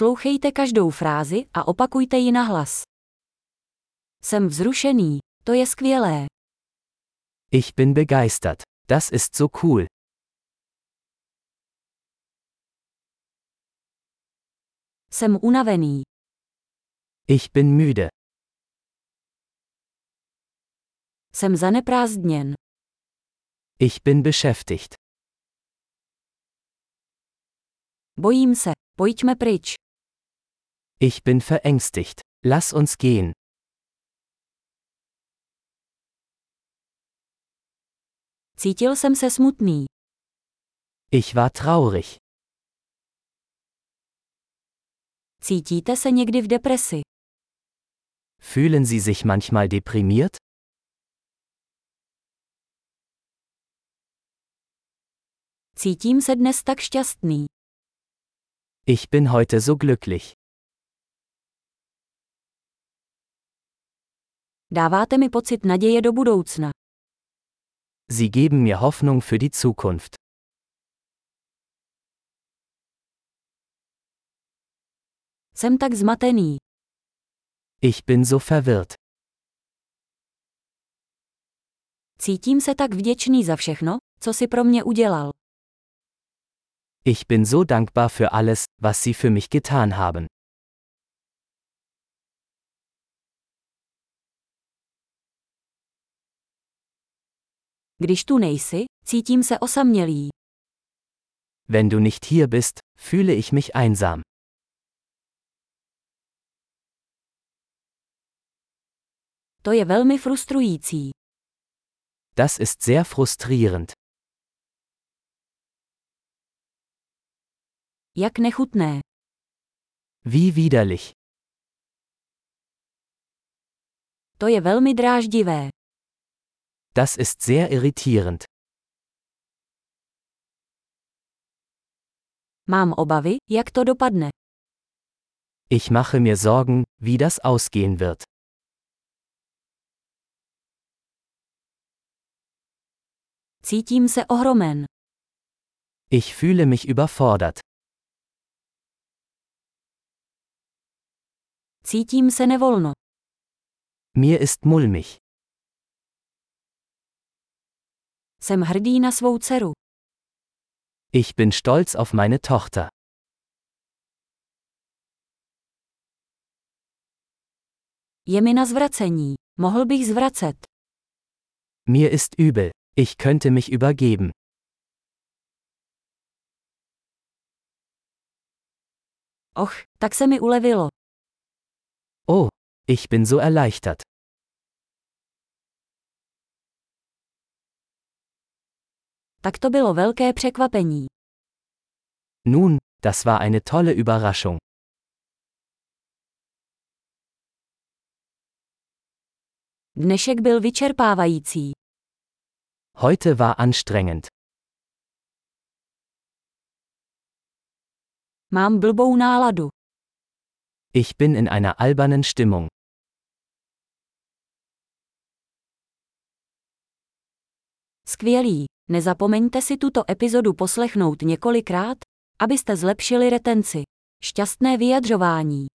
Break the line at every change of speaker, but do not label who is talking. Poslouchejte každou frázi a opakujte ji na hlas. Jsem vzrušený, to je skvělé.
Ich bin begeistert. Das ist so cool.
Jsem unavený.
Ich bin müde.
Jsem zaneprázdněn.
Ich bin beschäftigt.
Bojím se. Pojďme pryč.
Ich bin verängstigt. Lass uns gehen.
Cítil jsem se smutný.
Ich war traurig.
Cítíte se někdy v depresi?
Fühlen Sie sich manchmal deprimiert?
Cítím se dnes tak šťastný.
Ich bin heute so glücklich.
Dáváte mi pocit naděje do budoucna.
Sie geben mir Hoffnung für die Zukunft.
Jsem tak zmatený.
Ich bin so verwirrt.
Cítím se tak vděčný za všechno, co si pro mě udělal.
Ich bin so dankbar für alles, was Sie für mich getan haben.
Když tu nejsi, cítím se osamělý.
Wenn du nicht hier bist, fühle ich mich einsam.
To je velmi frustrující.
Das ist sehr frustrierend.
Jak nechutné.
Wie widerlich.
To je velmi dráždivé.
Das ist sehr irritierend.
Mám obavy, jak to dopadne.
Ich mache mir Sorgen, wie das ausgehen wird.
Cítím se ohromen.
Ich fühle mich überfordert.
Cítím se nevolno.
Mir ist mulmig.
Jsem hrdý na svou dceru.
Ich bin stolz auf meine Tochter.
Je mi na zvracení. Mohl bych zvracet.
Mir ist übel. Ich könnte mich übergeben.
Och, tak se mi ulevilo.
Oh, ich bin so erleichtert.
Tak to bylo velké překvapení.
Nun, das war eine tolle Überraschung.
Dnešek byl vyčerpávající.
Heute war anstrengend.
Mám blbou náladu.
Ich bin in einer albernen Stimmung.
Skvělý. Nezapomeňte si tuto epizodu poslechnout několikrát, abyste zlepšili retenci. Šťastné vyjadřování.